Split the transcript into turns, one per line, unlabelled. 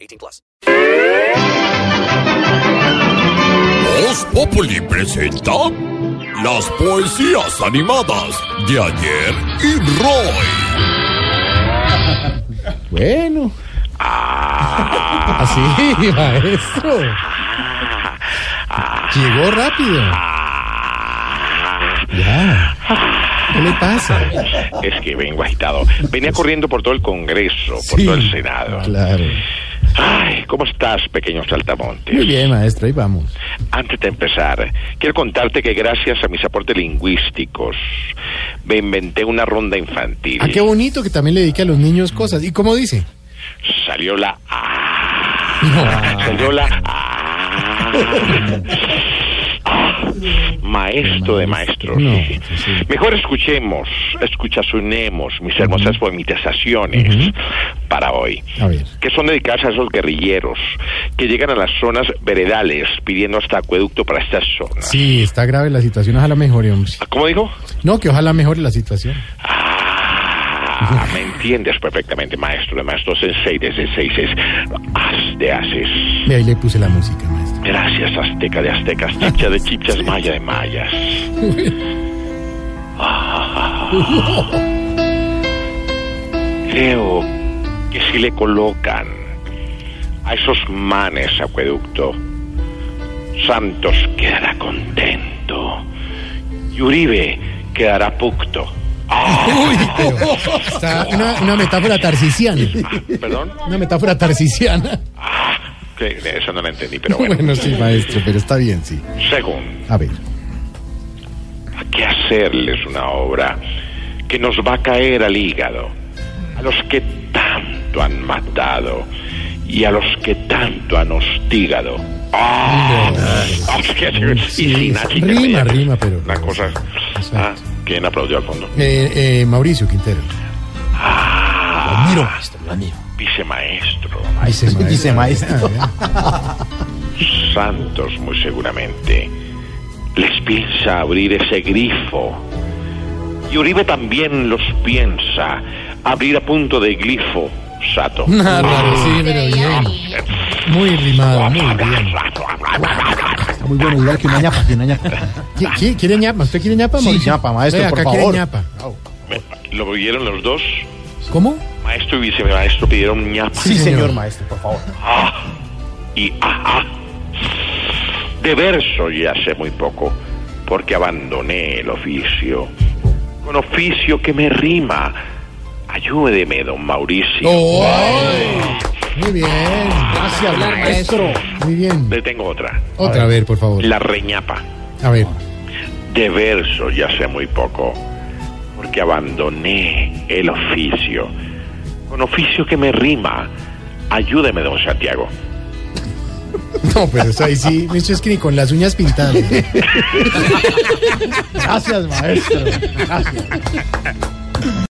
18 plus.
Voz Populi presenta las poesías animadas de ayer y Roy.
Bueno. Así, maestro. Llegó rápido. Ya. ¿Qué le pasa?
Es que vengo agitado. Venía corriendo por todo el Congreso, por
Sí,
todo el Senado.
Claro.
Ay, ¿cómo estás, pequeño
Muy
saltamontes?
bien, maestro, ahí vamos.
Antes de empezar, quiero contarte que gracias a mis aportes lingüísticos me inventé una ronda infantil.
Ah, qué bonito que también le dedique a los niños cosas. ¿Y cómo dice?
Salió la A,
No.
salió la A. Ah, Maestro de maestros.
No, pues sí.
Mejor escuchemos, escuchazunemos mis hermosas poemitaciones para hoy.
A ver.
que son dedicadas a esos guerrilleros que llegan a las zonas veredales pidiendo hasta acueducto para estas zonas. ¿Ah,
Sí, está grave la situación. Ojalá mejore, hombre.
¿Cómo digo?
No, que ojalá mejore la situación.
Ah, me entiendes perfectamente, maestro de maestros, sensei de senseis, haz de haces.
Y ahí le puse la música, maestro.
Gracias, azteca de aztecas, chicha de chichas, maya de mayas. Ah. Creo que si le colocan a esos manes acueducto, Santos quedará contento y Uribe quedará pucto. Ah,
Está una, una metáfora tarsiciana.
¿Perdón?
Una metáfora tarsiciana.
Que- Eso no lo entendí, pero bueno.
Bueno, sí, maestro, pero está bien, sí.
Según,
A ver.
¿a qué hacerles una obra que nos va a caer al hígado? A los que tanto han matado y a los que tanto han hostigado. ¡Ah! Ah, es que- y sin H, que
rima,
me llame.
rima, pero-
Una cosa.
Exacto.
Ah, ¿Quién aplaudió al fondo?
Eh, eh, Mauricio Quintero.
Ah, Vice maestro.
Dice maestro.
Santos, muy seguramente, les piensa abrir ese grifo. Y Uribe también los piensa abrir a punto de glifo, Sato.
Nada Ah, raro, sí, pero bien. Muy rimado, muy bien.
Muy buena idea que una ñapa, que una ñapa.
¿Qui- qui- ¿Quiere ñapa? ¿Usted quiere ñapa, Mauricio?
ñapa, maestro,
Venga,
por
acá quiere
favor.
ñapa.
¿Lo vieron los dos?
¿Cómo?
Maestro y vicemaestro pidieron ñapa
Sí, señor maestro, por favor.
y ajá. De verso ya hace muy poco, porque abandoné el oficio. Con oficio que me rima. Ayúdeme, don Mauricio.
Oh. ¡Ay! Muy bien,
Gracias, maestro.
muy bien.
Le tengo otra.
Otra vez, por favor.
La reñapa.
A ver.
De verso ya sé muy poco, porque abandoné el oficio. Con oficio que me rima. Ayúdeme, don Santiago.
No, pero eso ahí sí, Mr. Skinny, con las uñas pintadas.
Gracias, maestro. Gracias.